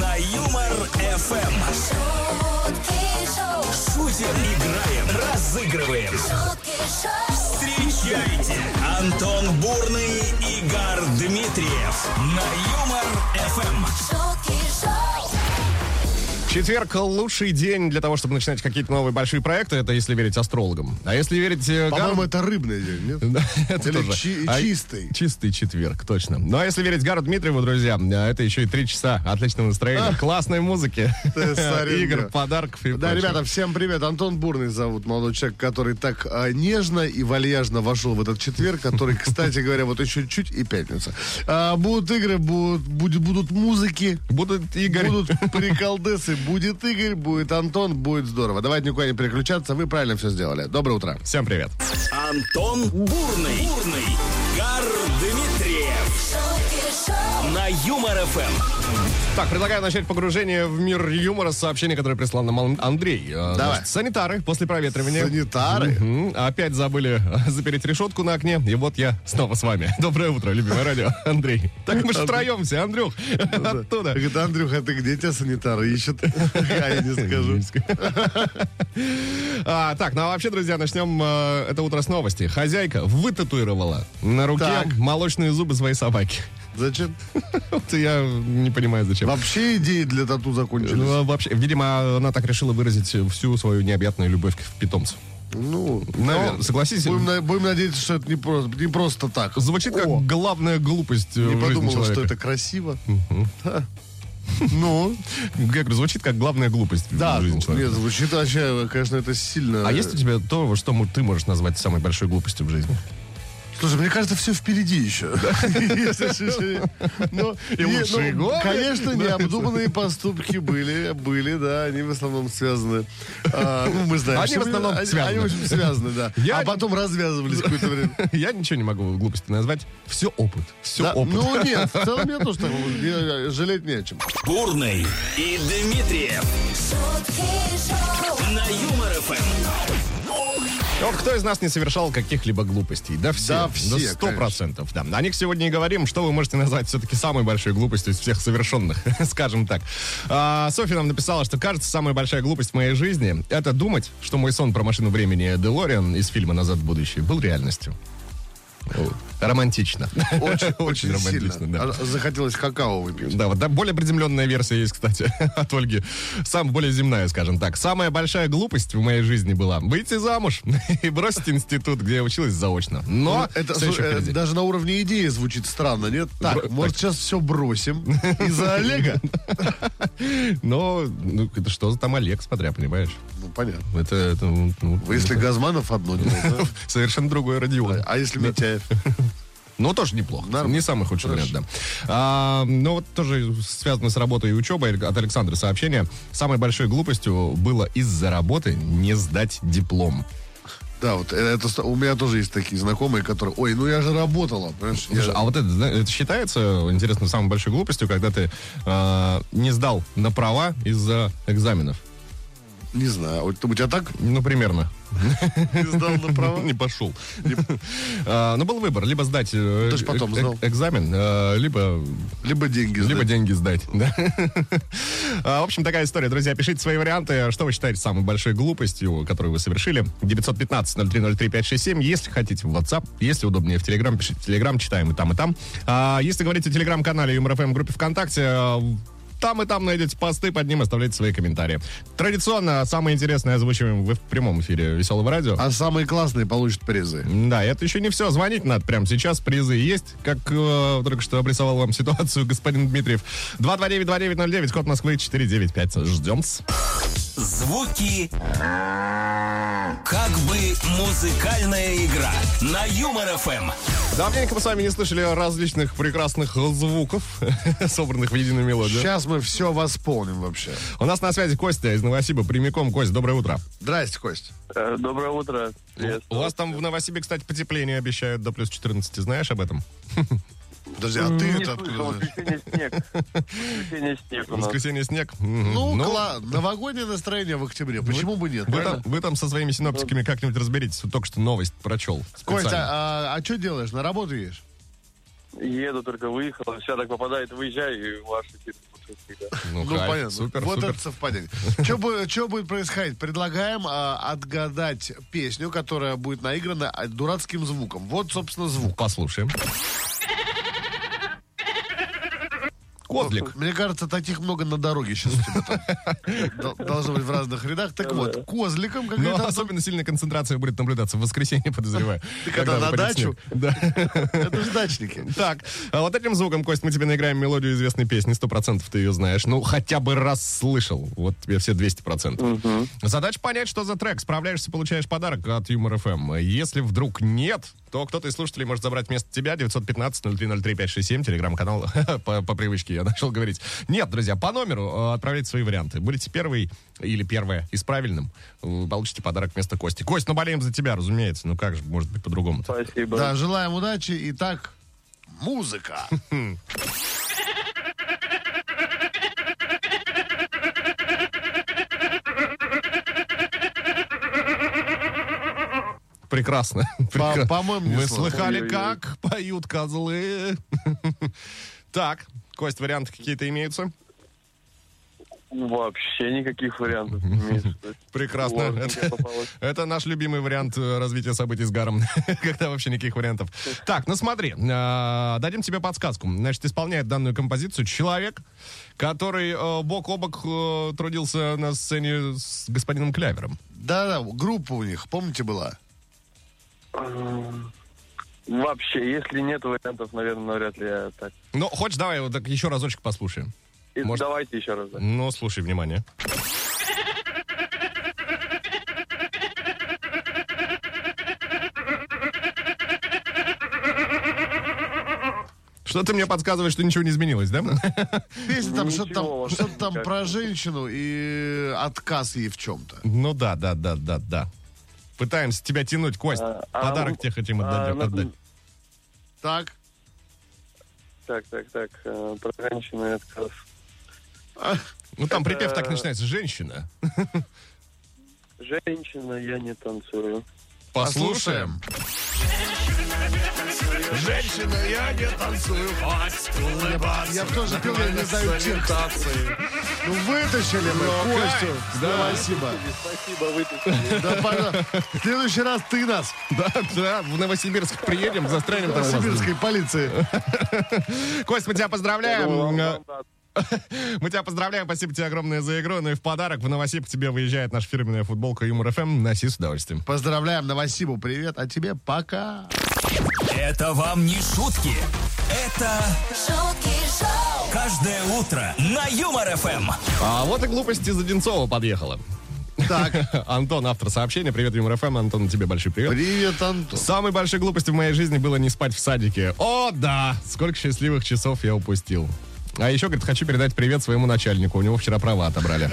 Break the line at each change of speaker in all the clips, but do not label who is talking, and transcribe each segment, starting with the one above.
На Юмор ФМ. Шутим, играем, разыгрываем. Встречайте Антон Бурный, Игорь Дмитриев на Юмор Эм. ФМ.
Четверг – лучший день для того, чтобы начинать какие-то новые большие проекты. Это если верить астрологам. А если верить... э,
По-моему,
Гару-
это рыбный день, нет?
Да, это
Или
тоже.
чи-
А,
чистый.
Чистый четверг, точно. Ну, а если верить Гару Дмитриеву, друзья, а, это еще и три часа отличного настроения, классной музыки,
Ты сорян,
игр,
да.
подарков и
Да,
прочего.
ребята, всем привет. Антон Бурный зовут молодой человек, который так а, нежно и вальяжно вошел в этот четверг, который, кстати говоря, вот еще чуть и пятница. А, будут игры, будут, будут, будут музыки,
Будут Игорь.
будут приколдесы, будет Игорь, будет Антон, будет здорово. Давайте никуда не переключаться, вы правильно все сделали. Доброе утро.
Всем привет.
Антон Бурный, Бурный, Игорь Дмитриев на Юмор Эм. ФМ.
Так, предлагаю начать погружение в мир юмора с сообщения, которое прислал нам Ан- Андрей. Э,
Давай.
значит, санитары после проветривания...
Санитары?
Мгм. Опять забыли э, запереть решетку на окне, и вот я снова с вами. Доброе утро, любимое радио, Андрей. Так мы же втроем все, Андрюх, оттуда.
Говорит, Андрюха, ты где тебя санитары ищут? А Я не скажу.
А, так, ну а вообще, друзья, начнем э, это утро с новости. Хозяйка вытатуировала на руке
Так.
молочные зубы своей собаки.
Зачем?
Вот я не понимаю, зачем.
Вообще идеи для тату закончились.
Ну, вообще, видимо, она так решила выразить всю свою необъятную любовь к питомцу.
Ну,
Наверное, согласись,
Будем, на- будем надеяться, что это не просто, не просто так.
звучит как
О,
главная глупость э,
Не
в жизни
подумала,
человека.
что это красиво. Да. Ну,
Я говорю, звучит как главная глупость
да. ну, э,
в жизни человека.
Нет, звучит вообще, конечно, это сильно.
А есть у тебя то, во что м- ты можешь назвать самой большой глупостью в жизни?
Слушай, мне кажется, все впереди еще. Если слушай, ну,
И
не,
лучшие
ну,
годы.
Конечно, необдуманные поступки были, были, да, они в основном связаны. А, Ну, мы знаем,
Они
что
в основном
были, они-
связаны.
Они в общем связаны, да.
Я-
А потом развязывались какое-то время.
Я ничего не могу глупости назвать. Все опыт. Все
Да,
опыт.
Ну нет, в целом я тоже так могу. Я- я- жалеть не о чем.
Бурный и Дмитриев на Юмор Эм. ФМ.
Вот кто из нас не совершал каких-либо глупостей? Да все. Ну,
Да все,
сто процентов, да. О них сегодня и говорим, что вы можете назвать все-таки самой большой глупостью из всех совершенных, скажем так. А, Софья нам написала, что кажется, самая большая глупость в моей жизни — это думать, что мой сон про машину времени Делориан из фильма «Назад в будущее» был реальностью. О, Романтично.
Очень,
Очень
очень
романтично,
сильно.
да.
А, Захотелось какао выпить.
Э, Да, вот да, более приземленная версия есть, кстати, от Ольги. Сам более земная, скажем так. Самая большая глупость в моей жизни была выйти замуж и бросить институт, где я училась заочно. Но
Ну, это
все еще
слушай, э,
впереди.
даже на уровне идеи звучит странно, нет? Так,
Бро-
может, сейчас все бросим из-за Олега?
Но ну, это что за там Олег, смотря, понимаешь?
Ну, понятно.
Это, это, ну, ну,
Если Газманов одно дело, да?
совершенно другой Родион.
А если Митяев?
Но Ну, тоже неплохо.
Нормально.
Не самый худший
Хорошо.
вариант, да. А, но вот тоже связано с работой и учебой. От Александра сообщение. Самой большой глупостью было из-за работы не сдать диплом.
Да, вот э, это ст- у меня тоже есть такие знакомые, которые, ой, ну я же работала, понимаешь? я
Слушай,
же-
а вот это, зна- это считается, интересно, самой большой глупостью, когда ты э, не сдал на права из-за экзаменов?
Не знаю, а вот у тебя так
Ну, примерно.
не сдал на права?
Не пошел. Э, Ну, был выбор. Либо сдать э,
Ты ж потом
э,
сдал.
э, экзамен, э, либо
Либо деньги
либо
сдать.
деньги сдать. да. А, В общем, такая история. Друзья, пишите свои варианты, что вы считаете самой большой глупостью, которую вы совершили. 915-0303-567. Если хотите в WhatsApp, если удобнее в Telegram, пишите в Telegram, читаем и там, и там. А, Если говорите о Telegram-канале Юмор ФМ группе ВКонтакте, э, там и там найдете посты, под ним оставляйте свои комментарии. Традиционно самое интересное озвучиваем вы в прямом эфире Веселого радио.
А самые классные получат призы.
Да, это еще не все. Звонить надо прямо сейчас. Призы есть. Как э, только что обрисовал вам ситуацию господин Дмитриев. 229-2909, код Москвы 495. Ждем.
Звуки как бы музыкальная игра на Юмор Эм. ФМ.
Давненько мы с вами не слышали различных прекрасных звуков, собранных в единую мелодию.
Сейчас мы все восполним вообще.
У нас на связи Костя из Новосиба. Прямиком. Кость, доброе утро.
Здрасте, Кость.
Э, Доброе утро.
У вас там в Новосибе, кстати, потепление обещают до плюс 14. Знаешь об этом?
Подожди, а ты
Не
это откуда
слышал,
знаешь?
воскресенье снег. Воскресенье снег у нас.
Воскресенье снег. Мгм.
Ну, кла- новогоднее настроение в октябре. Почему бы нет?
ну, Вы
правильно?
там, вы там со своими синоптиками как-нибудь разберитесь. Вот Только что новость прочел.
Кость,
специально.
а, а- а что делаешь? На работу едешь?
Еду, только выехал. Все так попадает, выезжай, и ваши типа, путешествия, да.
Ну,
Ну,
кайф,
понятно.
Супер,
вот
супер.
это совпадение. Что будет происходить? Предлагаем а, отгадать песню, которая будет наиграна а, дурацким звуком. Вот, собственно, звук.
Послушаем. Козлик.
Мне кажется, таких много на дороге сейчас у тебя там. Дол- Должно быть в разных рядах. Так вот, козликом, как
Но
говорит Антон,
особенно сильная концентрация будет наблюдаться в воскресенье, подозреваю.
Ты когда на
выпадет
дачу?
снег. Да.
это же дачники.
Так, а вот этим звуком, Кость, мы тебе наиграем мелодию известной песни. Сто процентов ты ее знаешь. Ну, хотя бы раз слышал. Вот тебе все 200 процентов. Задача понять, что за трек. Справляешься, получаешь подарок от Юмор ФМ. Если вдруг нет, то кто-то из слушателей может забрать вместо тебя 915-0303-567, телеграм-канал по, по привычке я начал говорить. Нет, друзья, по номеру э, отправляйте свои варианты. Будете первый или первая из правильным, э, получите подарок вместо Кости. Кость, ну болеем за тебя, разумеется. Ну как же, может быть, по-другому.
Спасибо.
Да, желаем удачи. Итак, музыка.
Прекрасно.
По-
Прекра-
по-моему, не
Вы
сложно.
слыхали,
Ой-ой-ой.
как поют козлы? Так, Кость, варианты какие-то имеются?
Вообще никаких вариантов. не имеется.
Прекрасно.
Ложненько
Это,
попалось.
это наш любимый вариант э, развития событий с Гаром, когда вообще никаких вариантов. Так, ну смотри, а, дадим тебе подсказку. Значит, исполняет данную композицию человек, который э, бок о бок э, трудился на сцене с господином Клявером.
Да-да, группа у них, помните, была?
Эм, Вообще, если нет вариантов, наверное, навряд ли я так.
Ну, хочешь, давай вот так еще разочек послушаем.
И
Может-
Давайте еще раз. да.
Ну, слушай, внимание. Что ты мне подсказываешь, что ничего не изменилось, да?
Песня там что-то
Ничего
там,
вообще
что-то там
никак.
про женщину и отказ ей в чем-то.
Ну да, да, да, да, да. Пытаемся тебя тянуть, Кость.
А, а
Подарок
вы-
тебе хотим
А,
отдать.
ну,
отдать.
Так?
Так, так, так. э, Про женщину и отказ.
Ну там припев так
это-
начинается. Женщина.
Женщина, я не танцую.
Послушаем. Женщина, я не танцую.
Я бы тоже пел, я не знаю текст. Ну, вытащили мы Костю. Да, спасибо.
Спасибо, вытащили.
Да, пожалуйста. В следующий раз ты нас
Да, да, в Новосибирск приедем, застрянем
в
там. у вас.
сибирской полиции.
Кость, мы тебя
Я думал,
поздравляем.
вам надо.
Мы тебя поздравляем, спасибо тебе огромное за игру. Ну и в подарок в Новосиб к тебе выезжает наша фирменная футболка Юмор ФМ. Носи с удовольствием.
Поздравляем Новосибу, привет, а тебе пока.
Это вам не шутки. Это
шутки шоу,
каждое утро на Юмор ФМ.
А вот и глупость из Одинцова подъехала.
Так,
Антон, автор сообщения. Привет, Юмор ФМ. Антон, тебе большой привет.
привет, Антон.
Самой большой глупостью в моей жизни было не спать в садике. О, да! Сколько счастливых часов я упустил. А еще, говорит, хочу передать привет своему начальнику. У него вчера права отобрали.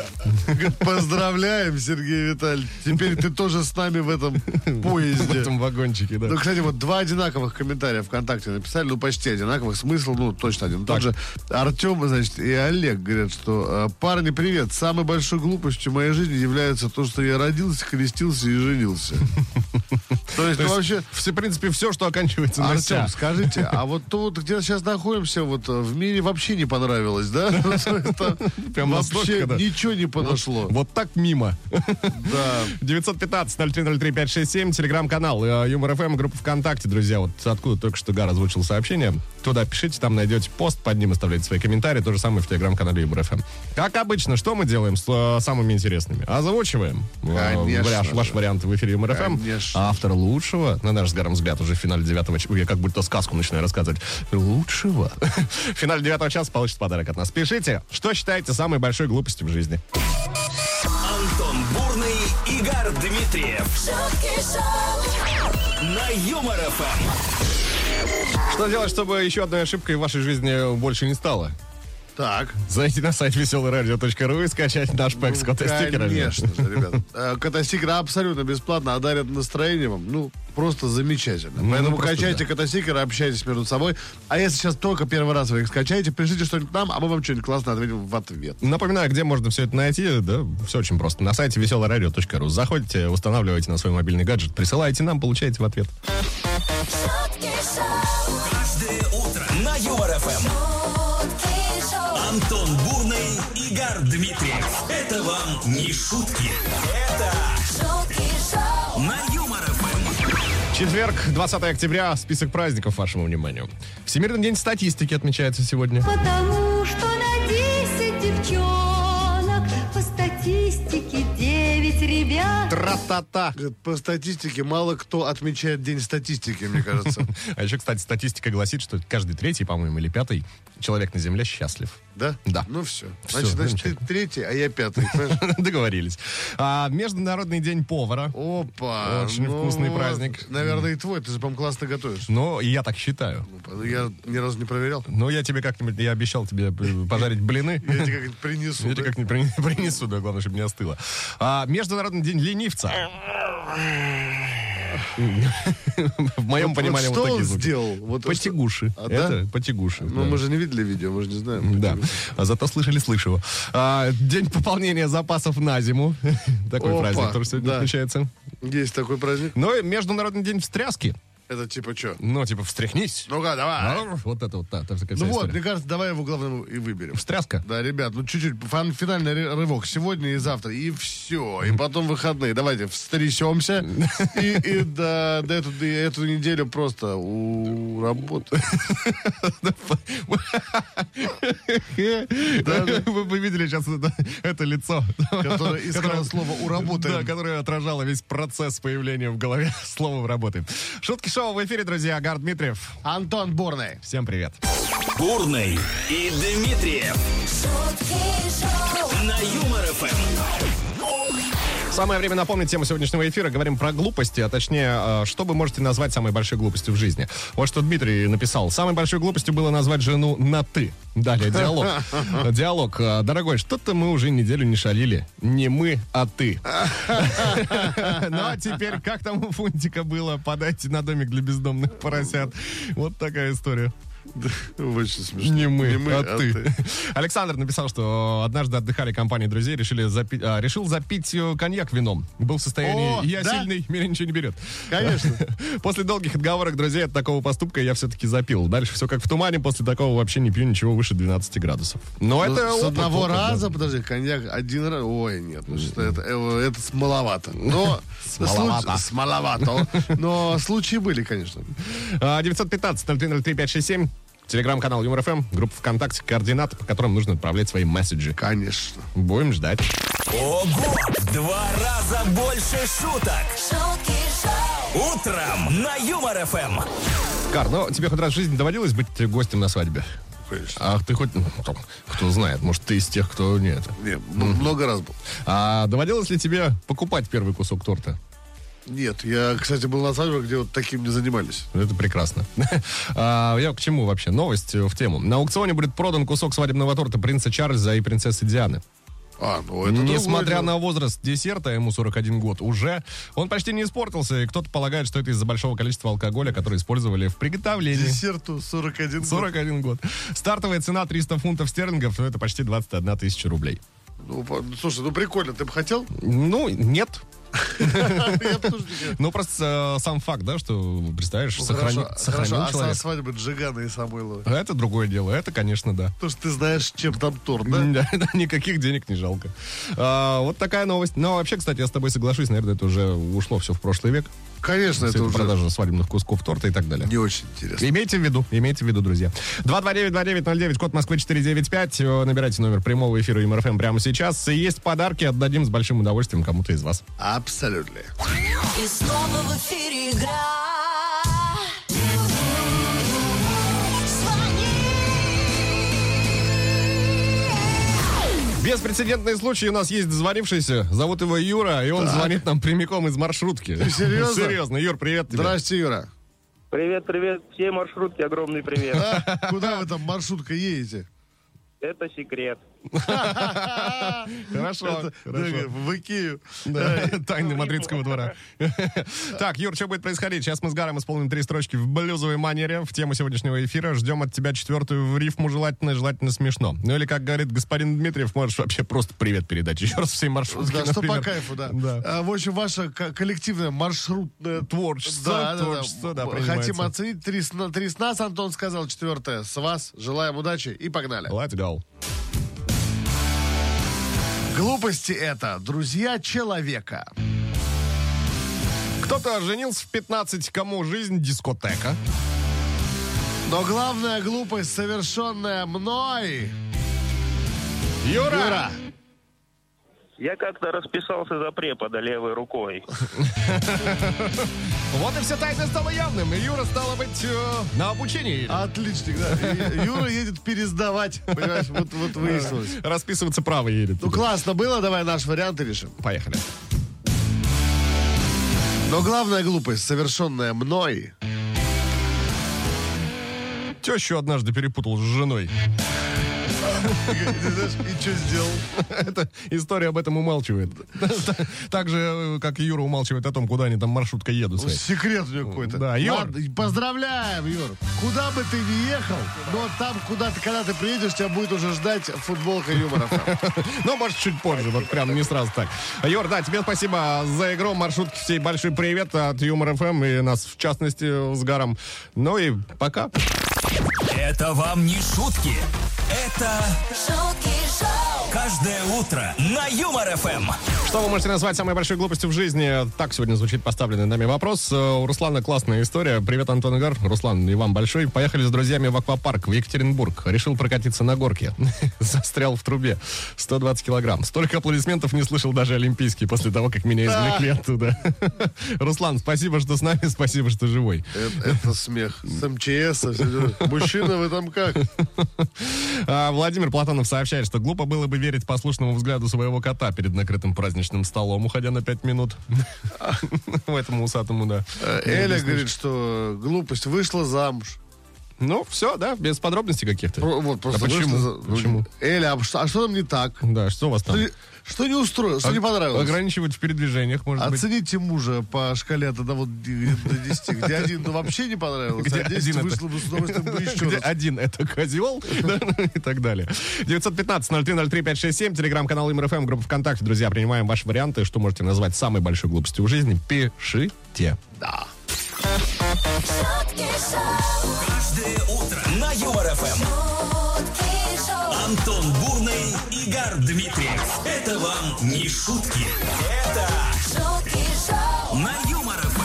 Поздравляем, Сергей Витальевич. Теперь ты тоже с нами в этом
В
поезде.
этом вагончике, да.
Ну, кстати, вот два одинаковых комментария ВКонтакте написали, ну, почти одинаковых, смысл, ну, точно один. и
Так.
Тот же Артем, значит, и Олег говорят, что э, «Парни, привет, самой большой глупостью моей жизни является то, что я родился, крестился и женился». То есть,
То
ну,
есть,
вообще...
в принципе, все, что оканчивается на «ся».
Артем, скажите, а вот то, вот, где сейчас находимся, вот э, в мире вообще не понравилось, да? То есть там
Прям
Вообще
настолько, да.
ничего не подошло.
Вот так мимо.
Да.
915-0303-567, телеграм-канал э, Юмор ФМ, группа ВКонтакте, друзья. Вот откуда только что Гар озвучил сообщение. Туда пишите, там найдете пост, под ним оставляйте свои комментарии. То же самое в телеграм-канале Юмор ФМ. Как обычно, что мы делаем с э, самыми интересными? Озвучиваем э,
Конечно
вариант-
же.
ваш вариант в эфире Юмор ФМ.
Конечно.
А автор лучшего, на наш с Гаром взгляд, уже в финале девятого часа, я как будто сказку начинаю рассказывать, лучшего. В финале девятого часа получит подарок от нас. Пишите, что считаете самой большой глупостью в жизни.
Антон Бурный, Игорь Дмитриев
шутки шоу,
на Юмор ФМ.
Что делать, чтобы еще одной ошибкой в вашей жизни больше не стало?
Так.
Зайти на сайт веселорадио.ру и скачать наш пэк с кота-стикерами.
Конечно же, ребят. Э, Котостикеры абсолютно бесплатно, а дарят настроение вам, ну, просто замечательно.
ну,
Поэтому
просто
качайте котостикеры, общайтесь между собой. А если сейчас только первый раз вы их скачаете, пишите что-нибудь нам, а мы вам что-нибудь классно ответим в ответ.
Напоминаю, где можно все это найти. Да, все очень просто. На сайте веселорадио.ру. Заходите, устанавливаете на свой мобильный гаджет, присылаете нам, получаете в ответ.
шутки шоу.
Каждое утро Антон Бурный, Игорь Дмитриев. Это вам не шутки. Это
шутки шоу,
на Юмор ФМ.
Четверг, 20 октября. Список праздников вашему вниманию. Всемирный день статистики отмечается сегодня.
Потому что на 10 девчонок по статистике 9 ребят.
Тра-та-та.
Говорят, По статистике мало кто отмечает день статистики, мне кажется.
А еще, кстати, статистика гласит, что каждый третий, по-моему, или пятый человек на Земле счастлив.
Да?
Да.
Ну все.
Всё,
Значит, значит, ты
замечательно.
третий, а я пятый. понимаешь?
Договорились. А, Международный день повара.
Опа. ну,
Очень вкусный праздник.
Наверное, и твой. Ты же, по-моему, классно готовишь. Ну,
Ну, я так считаю.
Я ни разу не проверял.
Но Ну, я тебе как-нибудь, я обещал тебе э, пожарить блины.
Я тебе как-нибудь принесу.
Я тебе
да?
как-нибудь прин- принесу, да, главное, чтобы не остыло. А, Международный день ленивца. В моем
Вот-
понимании
вот
вот
что
такие
он
звуки.
сделал? Вот
Потягуши.
что- А, да?
Это потягуши.
Ну,
да.
мы же не видели видео, мы же не знаем.
Да, а зато слышали, слышу. А, день пополнения запасов на зиму. Такой
Опа,
праздник тоже сегодня
да.
отмечается.
Есть такой праздник.
Ну и Международный день встряски.
Это типа что?
Ну, типа, встряхнись.
Ну-ка, давай.
Арр, Вот это вот, да, там такая вся
Ну вот,
история.
мне кажется, давай его главным и выберем.
Встряска.
Да, ребят, ну чуть-чуть, фан- финальный ры- рывок сегодня и завтра, и все, и потом выходные. Давайте встрясемся, и, и до, до эту, до эту неделю просто у работы.
Вы бы видели сейчас это, это лицо.
Которое искало слово «уработаем».
Да, которое отражало весь процесс появления в голове слова «работаем». Шутки шоу в эфире, друзья. Гар Дмитриев.
Антон Бурный.
Всем привет.
Бурный и Дмитриев
шутки шоу,
на Юмор ФМ.
Самое время напомнить тему сегодняшнего эфира. Говорим про глупости, а точнее, э, что вы можете назвать самой большой глупостью в жизни. Вот что Дмитрий написал. Самой большой глупостью было назвать жену на «ты». Далее диалог. Диалог. Э, Дорогой, что-то мы уже неделю не шалили. Не мы, а ты. Ну а теперь, как там у Фунтика было? Подайте на домик для бездомных поросят. Вот такая история.
Очень смешно.
Не мы, а, ты. Александр написал, что однажды отдыхали компании друзей, решили запи- а, решил запить э, коньяк вином. Был в состоянии
О,
«я
да?
сильный, меня ничего не берет».
Конечно.
После долгих отговорок друзей от такого поступка я все-таки запил. Дальше все как в тумане, после такого вообще не пью ничего выше 12 градусов. Но
Ну,
это
с
опыт,
одного
опыт, да.
раза, подожди, коньяк один раз. Ой, нет, ну что это, э, это с- маловато. Но
Маловато.
случ- с маловато. Но случаи были, конечно.
А, 915-0303-567, телеграм-канал Юмор-ФМ, группа ВКонтакте, координаты, по которым нужно отправлять свои месседжи.
Конечно.
Будем ждать.
Ого! В Два раза больше шуток.
шутки шоу,
Утром на Юмор ФМ.
Кар, ну тебе хоть раз в жизни доводилось быть гостем на свадьбе?
Конечно.
Ах, ты хоть, ну, там, кто знает, может, ты из тех, кто нет.
Не, м- ну, много раз был.
А доводилось ли тебе покупать первый кусок торта?
Нет, я, кстати, был на свадьбе, где вот таким не занимались.
Это прекрасно. А, я к чему вообще? Новость э, в тему. На аукционе будет продан кусок свадебного торта принца Чарльза и принцессы Дианы.
А, ну это
Несмотря
другое дело.
на возраст десерта, ему 41 год уже, он почти не испортился, и кто-то полагает, что это из-за большого количества алкоголя, который использовали в приготовлении.
Десерту 41 год.
41 год. Стартовая цена 300 фунтов стерлингов, ну это почти 21 тысяча рублей.
Ну, по- слушай, ну прикольно, ты бы хотел?
Ну, нет,
Я бы тоже не хотел.
Ну, просто э, сам факт, да, что, представляешь,
Ну,
сохрани-
хорошо,
сохранил
хорошо, а
человек.
со свадьбы Джигана и Самойлова?
А Это другое дело, это, конечно, да.
Потому что ты знаешь, чем там торт, да?
Да, да, никаких денег не жалко. А, вот такая новость. Но вообще, кстати, я с тобой соглашусь, наверное, это уже ушло все в прошлый век. Вся
Конечно, это
эта
уже
продажа свадебных кусков торта и так далее.
не очень интересно.
Имейте в виду, имейте в виду, друзья. 229-2909, код Москвы 495. Э, Набирайте номер прямого эфира МРФМ прямо сейчас. И есть подарки, отдадим с большим удовольствием кому-то из вас.
Абсолютно.
и снова в эфире игра. Звони,
Беспрецедентный случай. У нас есть дозвонившийся. Зовут его Юра, и он звонит нам прямиком из маршрутки.
серьезно?
Серьезно. Юр, привет тебе.
Здрасте, Юра.
Привет, привет. Всей маршрутке огромный привет.
А, Куда вы там маршрутка едете?
Это секрет.
Хорошо,
Это, да,
хорошо.
В Икею.
Да, Тайны мадридского двора. Так, Юр, что будет происходить? Сейчас мы с Гаром исполним три строчки в блюзовой манере в тему сегодняшнего эфира. Ждем от тебя четвертую в рифму желательно, желательно смешно. Ну или, как говорит господин Дмитриев, можешь вообще просто привет передать еще раз всей маршрутке,
Да, что по
например.
кайфу, да.
Да.
А, В общем, ваше ко- коллективное маршрутное
Творчество, творчество, да,
Хотим
принимается.
оценить. Три с, на- три с нас, Антон сказал, четвертое. С вас. Желаем удачи и погнали.
Let's go.
Глупости это друзья человека.
Кто-то женился в 15, кому жизнь дискотека.
Но главная глупость, совершенная мной...
Юра!
Юра,
Я как-то расписался за препода левой рукой.
Вот и все тайна стала явным. И Юра стало быть э, на обучении.
отличник, да. И Юра едет пересдавать, понимаешь, вот, вот выяснилось.
Расписываться право едет.
Ну, классно было, давай наш вариант и решим.
Поехали.
Но главная глупость, совершенная мной...
Тещу однажды перепутал с женой.
Ты знаешь, и что сделал?
Эта история об этом умалчивает. Так же, э, как и Юра умалчивает о том, куда они там маршрутка едут. своей.
Секрет у него какой-то.
Да, Юр.
Ладно, поздравляем, Юр. Куда бы ты ни ехал, но там, куда ты, когда ты приедешь, тебя будет уже ждать футболка юмора.
Но, может, чуть позже, вот прям не сразу так. Юр, да, тебе спасибо за игру. Маршрутки всей большой привет от Юмор ФМ и нас, в частности, с Гаром. Ну и пока.
Это вам не шутки. Это
шутки шоу,
каждое утро на Юмор ФМ.
Что вы можете назвать самой большой глупостью в жизни? Так сегодня звучит поставленный нами вопрос. Э, У Руслана классная история. Привет, Антон и Гар. Руслан, и вам большой. Поехали с друзьями в аквапарк в Екатеринбург. Решил прокатиться на горке. Застрял в трубе. 120 килограмм. Столько аплодисментов не слышал даже Олимпийский после того, как меня извлекли оттуда. Руслан, спасибо, что с нами, спасибо, что живой.
Это, это смех. С МЧС. всё дела. Мужчина, вы там как?
А, Владимир Платонов сообщает, что глупо было бы верить послушному взгляду своего кота перед накрытым праздничным столом, уходя на пять минут. Этому усатому, да.
Э, Эля говорит, что глупость вышла замуж.
Ну, все, да, без подробностей каких-то.
Про- Вот просто
а почему?
вышла за-
Почему?
Эля, а что, а что там не так?
Да, что у вас там?
Что, не- что не устроилось, что не
О-
понравилось?
Ограничивают в передвижениях, может быть.
Оцените мужа по шкале от 1 до 10. Где один ну, вообще не понравился,
Где
а 10
один это-
вышло бы с удовольствием бы еще
Где
раз.
один это козел да, и так далее. 915-0303-567, телеграм-канал МРФМ, группа ВКонтакте. Друзья, принимаем ваши варианты, что можете назвать самой большой глупостью в жизни. Пишите.
шутки шоу,
Каждое утро на Юмор ФМ.
шутки шоу.
Антон Бурный, Игорь Дмитриев. Это вам не шутки. Это
Шутки шоу,
на Юмор ФМ.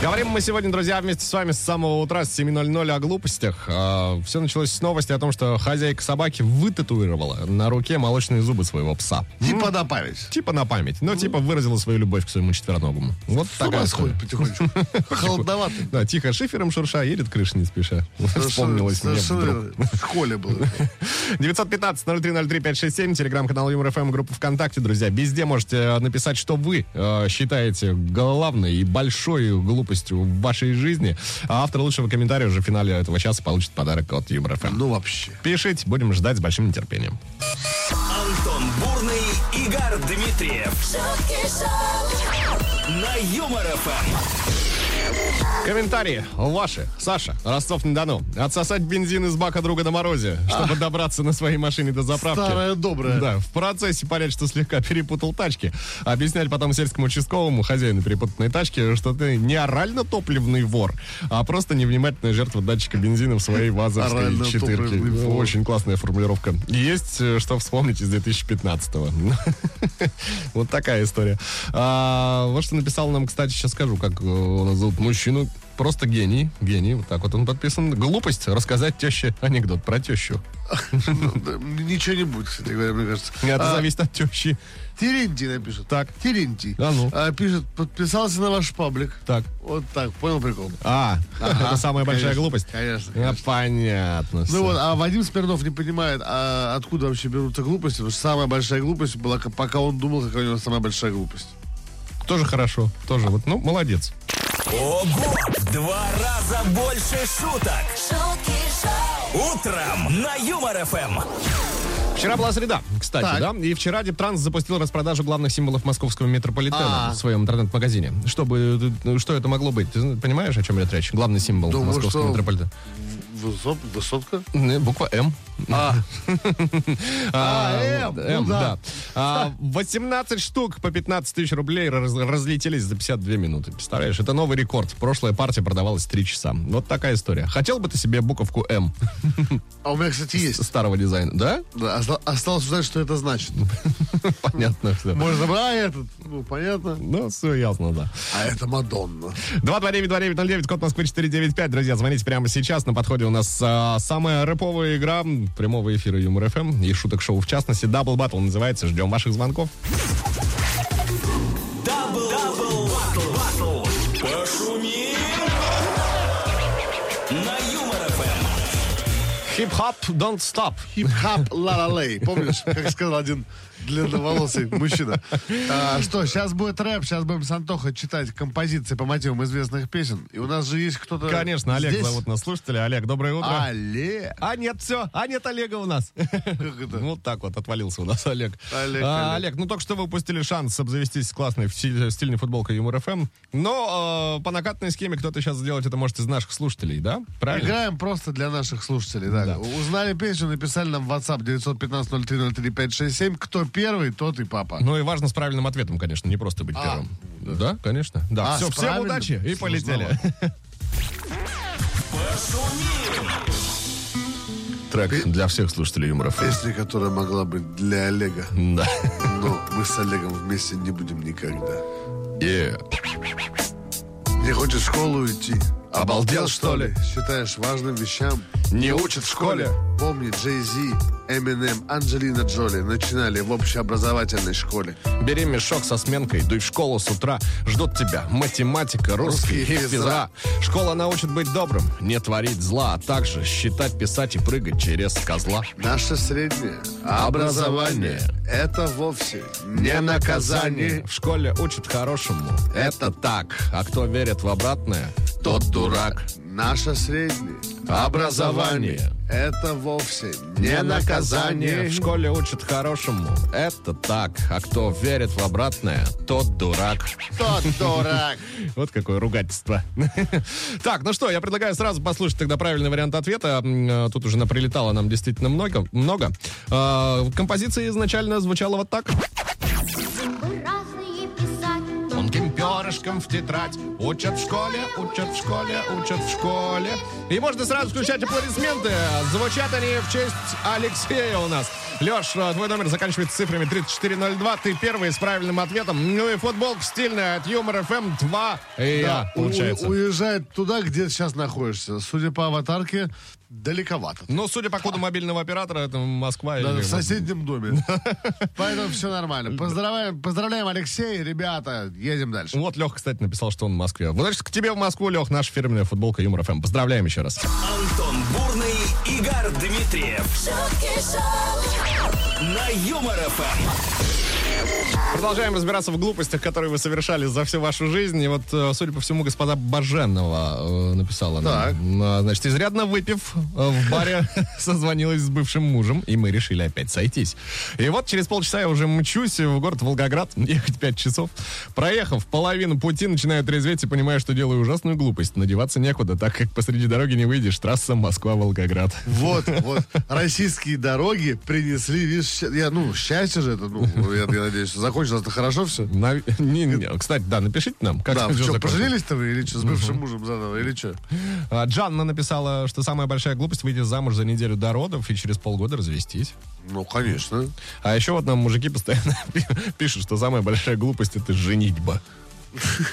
Говорим мы сегодня, друзья, вместе с вами с самого утра с 7.00 о глупостях. все началось с новости о том, что хозяйка собаки вытатуировала на руке молочные зубы своего пса.
Типа на память.
Типа на память. но типа выразила свою любовь к своему четвероногому. Вот
С
такая
ума
история.
сходит потихонечку. Холодноватый.
Да, тихо шифером шурша, едет крыш не спеша. Вспомнилось мне
Совершенно
вдруг.
В школе было.
915-0303-567, телеграм-канал Юмор ФМ, группа ВКонтакте, друзья. Везде можете э, написать, что вы э, считаете главной и большой глупостью в вашей жизни. А автор лучшего комментария уже в финале этого часа получит подарок от Юмор ФМ.
Ну вообще.
Пишите, будем ждать с большим нетерпением.
Антон Бурный, Игорь Дмитриев.
шутки шоу,
На Юмор ФМ.
Комментарии ваши. Саша, Ростов-на-Дону. Отсосать бензин из бака друга на морозе, чтобы добраться на своей машине до заправки.
Старая добрая.
Да, в процессе понять, что слегка перепутал тачки. Объяснять потом сельскому участковому, хозяину перепутанной тачки, что ты не орально-топливный вор, а просто невнимательная жертва датчика бензина в своей вазовской
Орально-топливный
четырке.
вор.
Очень классная формулировка. Есть э, что вспомнить из 2015-го. Вот такая история. А, Вот что написал нам, кстати, сейчас скажу, как э, он зовут мужчину. Просто гений, гений, вот так вот он подписан. Глупость рассказать теще анекдот про тещу.
Ну, да, Ничего не будет, кстати говоря, мне кажется.
Это
А,
зависит от тещи.
Терентий напишет.
Так.
Терентий.
А ну.
А, Пишет, подписался на ваш паблик.
Так.
Вот так, понял прикол?
А, это самая большая
конечно,
глупость?
конечно,
А,
конечно.
понятно. всё.
Ну вот, а Вадим Смирнов не понимает, а откуда вообще берутся глупости, потому что самая большая глупость была, к- пока он думал, какая у него самая большая глупость.
Тоже хорошо. Тоже вот, ну, молодец.
Ого! В Два раза больше шуток.
шутки шоу,
Утром на Юмор ФМ.
Вчера была среда, кстати,
Так.
да? И вчера Дептранс запустил распродажу главных символов московского метрополитена
А.
в своем интернет-магазине. Чтобы, э, что это могло быть? Ты зн- понимаешь, о чем идет речь? Главный символ
Думаю,
московского
что-
метрополитена.
Высот- высотка?
Э, Буква М.
А,
А,
М, ну
М,
да.
да. А, 18 штук по 15 тысяч рублей раз- разлетелись за 52 минуты. Представляешь, это новый рекорд. Прошлая партия продавалась 3 часа. Вот такая история. Хотел бы ты себе буковку М
а у меня, кстати, есть.
старого дизайна, да?
Да, оста- осталось узнать, что это значит.
Понятно, что.
Можно, а этот, ну, понятно.
Ну, все ясно, да.
А это Мадонна.
229-2909, код Москвы 495. Друзья, звоните прямо сейчас. На подходе у нас а, самая рэповая игра прямого эфира Юмор ФМ и шуток шоу в частности. Дабл Баттл называется. Ждем ваших звонков.
Дабл, дабл, батл, батл. Пошумим на Юмор ФМ.
Хип-хоп, don't stop.
Хип-хап ла ла лей. Помнишь, как сказал один длинноволосый мужчина? А, что, сейчас будет рэп, сейчас будем с Антохой читать композиции по мотивам известных песен. И у нас же есть кто-то
Конечно, Олег
здесь?
зовут нас слушателя. Олег, доброе утро.
Олег.
А нет, все. А нет Олега у нас.
Как это?
Ну, вот так вот отвалился у нас Олег.
Олег,
А,
Олег.
Олег, ну только что вы упустили шанс обзавестись классной в стиль- стильной футболкой Юмор ФМ. Но э, по накатной схеме кто-то сейчас сделать это может из наших слушателей, да? Правильно?
Играем просто для наших слушателей. Да.
Да.
Узнали песню, написали нам в WhatsApp 915-0303-567. Кто первый, тот и папа.
Ну и важно с правильным ответом, конечно, не просто быть
А,
первым. Да, конечно. Да.
А,
все,
с
всем
правильным?
удачи и
Сложновато.
полетели. Трек для всех слушателей Юмор ФМ.
Песня, которая могла быть для Олега.
Да.
Но мы с Олегом вместе не будем никогда.
Yeah.
Не хочешь в школу идти?
Обалдел, что ли?
Считаешь важным вещам?
Не учат в школе.
Помни, Джей Зи, Эминем, Анджелина Джоли начинали в общеобразовательной школе.
Бери мешок со сменкой, дуй в школу с утра. Ждут тебя математика, русский и
Русский и
физра. Школа научит быть добрым, не творить зла, а также считать, писать и прыгать через козла.
Наше среднее
Образование.
образование – это вовсе не
Наказание
наказание.
в школе учат хорошему. Это так. А кто верит в обратное, тот дурак.
Наше среднее
Образование.
– это вовсе не
Не наказание
наказание.
в школе учат хорошему. Это так. А кто верит в обратное, тот дурак.
Тот дурак.
Вот какое ругательство. Так, ну что, я предлагаю сразу послушать тогда правильный вариант ответа. М, э, Тут уже наприлетало нам действительно много. много. Э, Композиция изначально звучала вот так.
Разные писать.
Тонким перышком в тетрадь Учат в школе, учат в школе, учат в школе И можно сразу включать аплодисменты Звучат они в честь Алексея у нас Леш, э, твой номер заканчивается цифрами 3402 Ты первый с правильным ответом Ну и футболка стильная от Юмор ФМ 2 И я,
У-
А, получается
Уезжает туда, где сейчас находишься. Судя по аватарке, далековато.
Ну, судя по коду мобильного оператора, это Москва
Да,
или...
в соседнем доме. Поэтому все нормально. Поздравляем, поздравляем Алексея, ребята. Едем дальше.
Вот Лех, кстати, написал, что он в Москве. Вот, Значит, к тебе в Москву, Лех, наша фирменная футболка Юмор ФМ. Поздравляем еще раз.
Антон Бурный, Игорь Дмитриев
Шутки шоу.
на Юмор ФМ.
Продолжаем разбираться в глупостях, которые вы совершали за всю вашу жизнь. И вот, э, судя по всему, господа Баженова э, написала нам.
Так.
Э, Значит, изрядно выпив, э, в баре созвонилась с бывшим мужем, и мы решили опять сойтись. И вот через полчаса я уже мчусь в город Волгоград, ехать 5 часов. Проехав половину пути, начинаю трезветь и понимаю, что делаю ужасную глупость. Надеваться некуда, так как посреди дороги не выйдешь. Трасса Москва-Волгоград.
Вот, вот. Российские дороги принесли, видишь, ща- я, ну, счастье же это, ну, я, я надеюсь, что закончилось-то хорошо все.
На- не- не, Кстати, да, напишите нам, как
Да,
всё
вы что,
закончилось.
поженились-то вы или что, с бывшим мужем заново, или что?
А, Джанна написала, что самая большая глупость выйти замуж за неделю до родов и через полгода развестись.
Ну, конечно.
А еще вот нам мужики постоянно пи- пишут, что самая большая глупость это женитьба.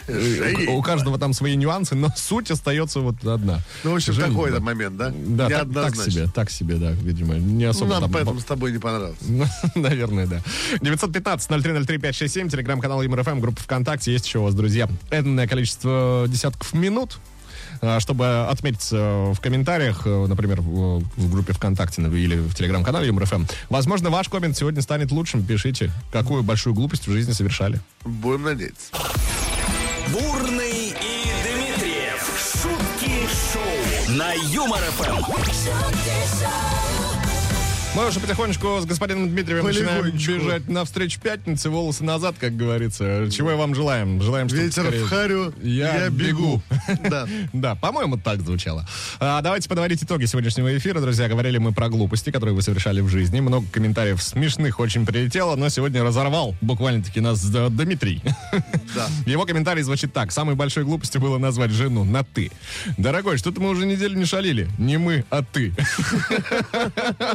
Э, У каждого там свои нюансы, но суть остается вот одна.
Ну, в общем,
Женитьба.
такой этот момент, да?
Да, так, так
Неоднозначно.
себе, так себе, да, видимо. Не
Ну,
особо
нам
там-
поэтому с тобой не понравилось.
Ну, Наверное, да. 915-0303-567, телеграм-канал МРФМ, группа ВКонтакте. Есть еще у вас, друзья, энное количество десятков минут, а, чтобы отметить э, в комментариях, э, например, в в группе ВКонтакте ну, или в телеграм-канале МРФМ. Возможно, ваш коммент сегодня станет лучшим. Пишите, какую большую глупость в жизни совершали.
Будем надеяться.
Бурный и Дмитриев. Шутки шоу на Юмор ФМ.
Шутки шоу.
Мы уже потихонечку с господином Дмитриевым начинаем
Потихонечку.
бежать навстречу пятницы, волосы назад, как говорится. Чего и вам желаем? Желаем, чтобы
Ветер
скорее-
в харю,
Я
я, бегу. Да.
Да, по-моему, так звучало. А, давайте подводить итоги сегодняшнего эфира, друзья. Говорили мы про глупости, которые вы совершали в жизни. Много комментариев смешных очень прилетело, но сегодня разорвал буквально-таки нас э, Дмитрий.
Да.
Его комментарий звучит так. Самой большой глупостью было назвать жену на «ты». Дорогой, что-то мы уже неделю не шалили. Не мы, а ты.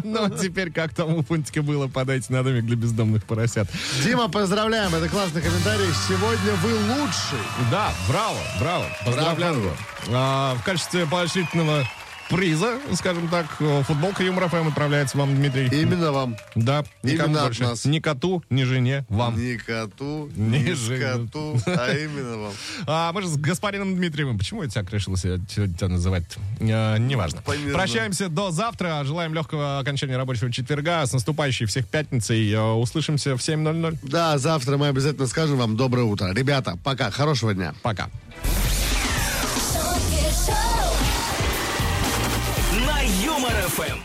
Но теперь, как там у Фунтика было, подайте на домик для бездомных поросят.
Дима, поздравляем, это классный комментарий. Сегодня вы лучший.
Да, браво, браво. Поздравляю.
Браво.
А, в качестве поощрительного приза, скажем так, э, футболка Юмор ФМ отправляется вам, Дмитрий.
Именно вам.
Да, никому
именно от
больше.
нас.
Ни коту, ни жене, вам.
Ни коту,
Не
ни
живу.
скоту, а именно вам.
А, мы же с господином Дмитриевым. Почему я тебя решил себя, тебя тебя называть? А, неважно.
Понятно.
Прощаемся до завтра. Желаем легкого окончания рабочего четверга. С наступающей всех пятницей. А, услышимся в 7.00.
Да, завтра мы обязательно скажем вам доброе утро. Ребята, пока, хорошего дня.
Пока.
шутки шоу.
На Юмор ФМ.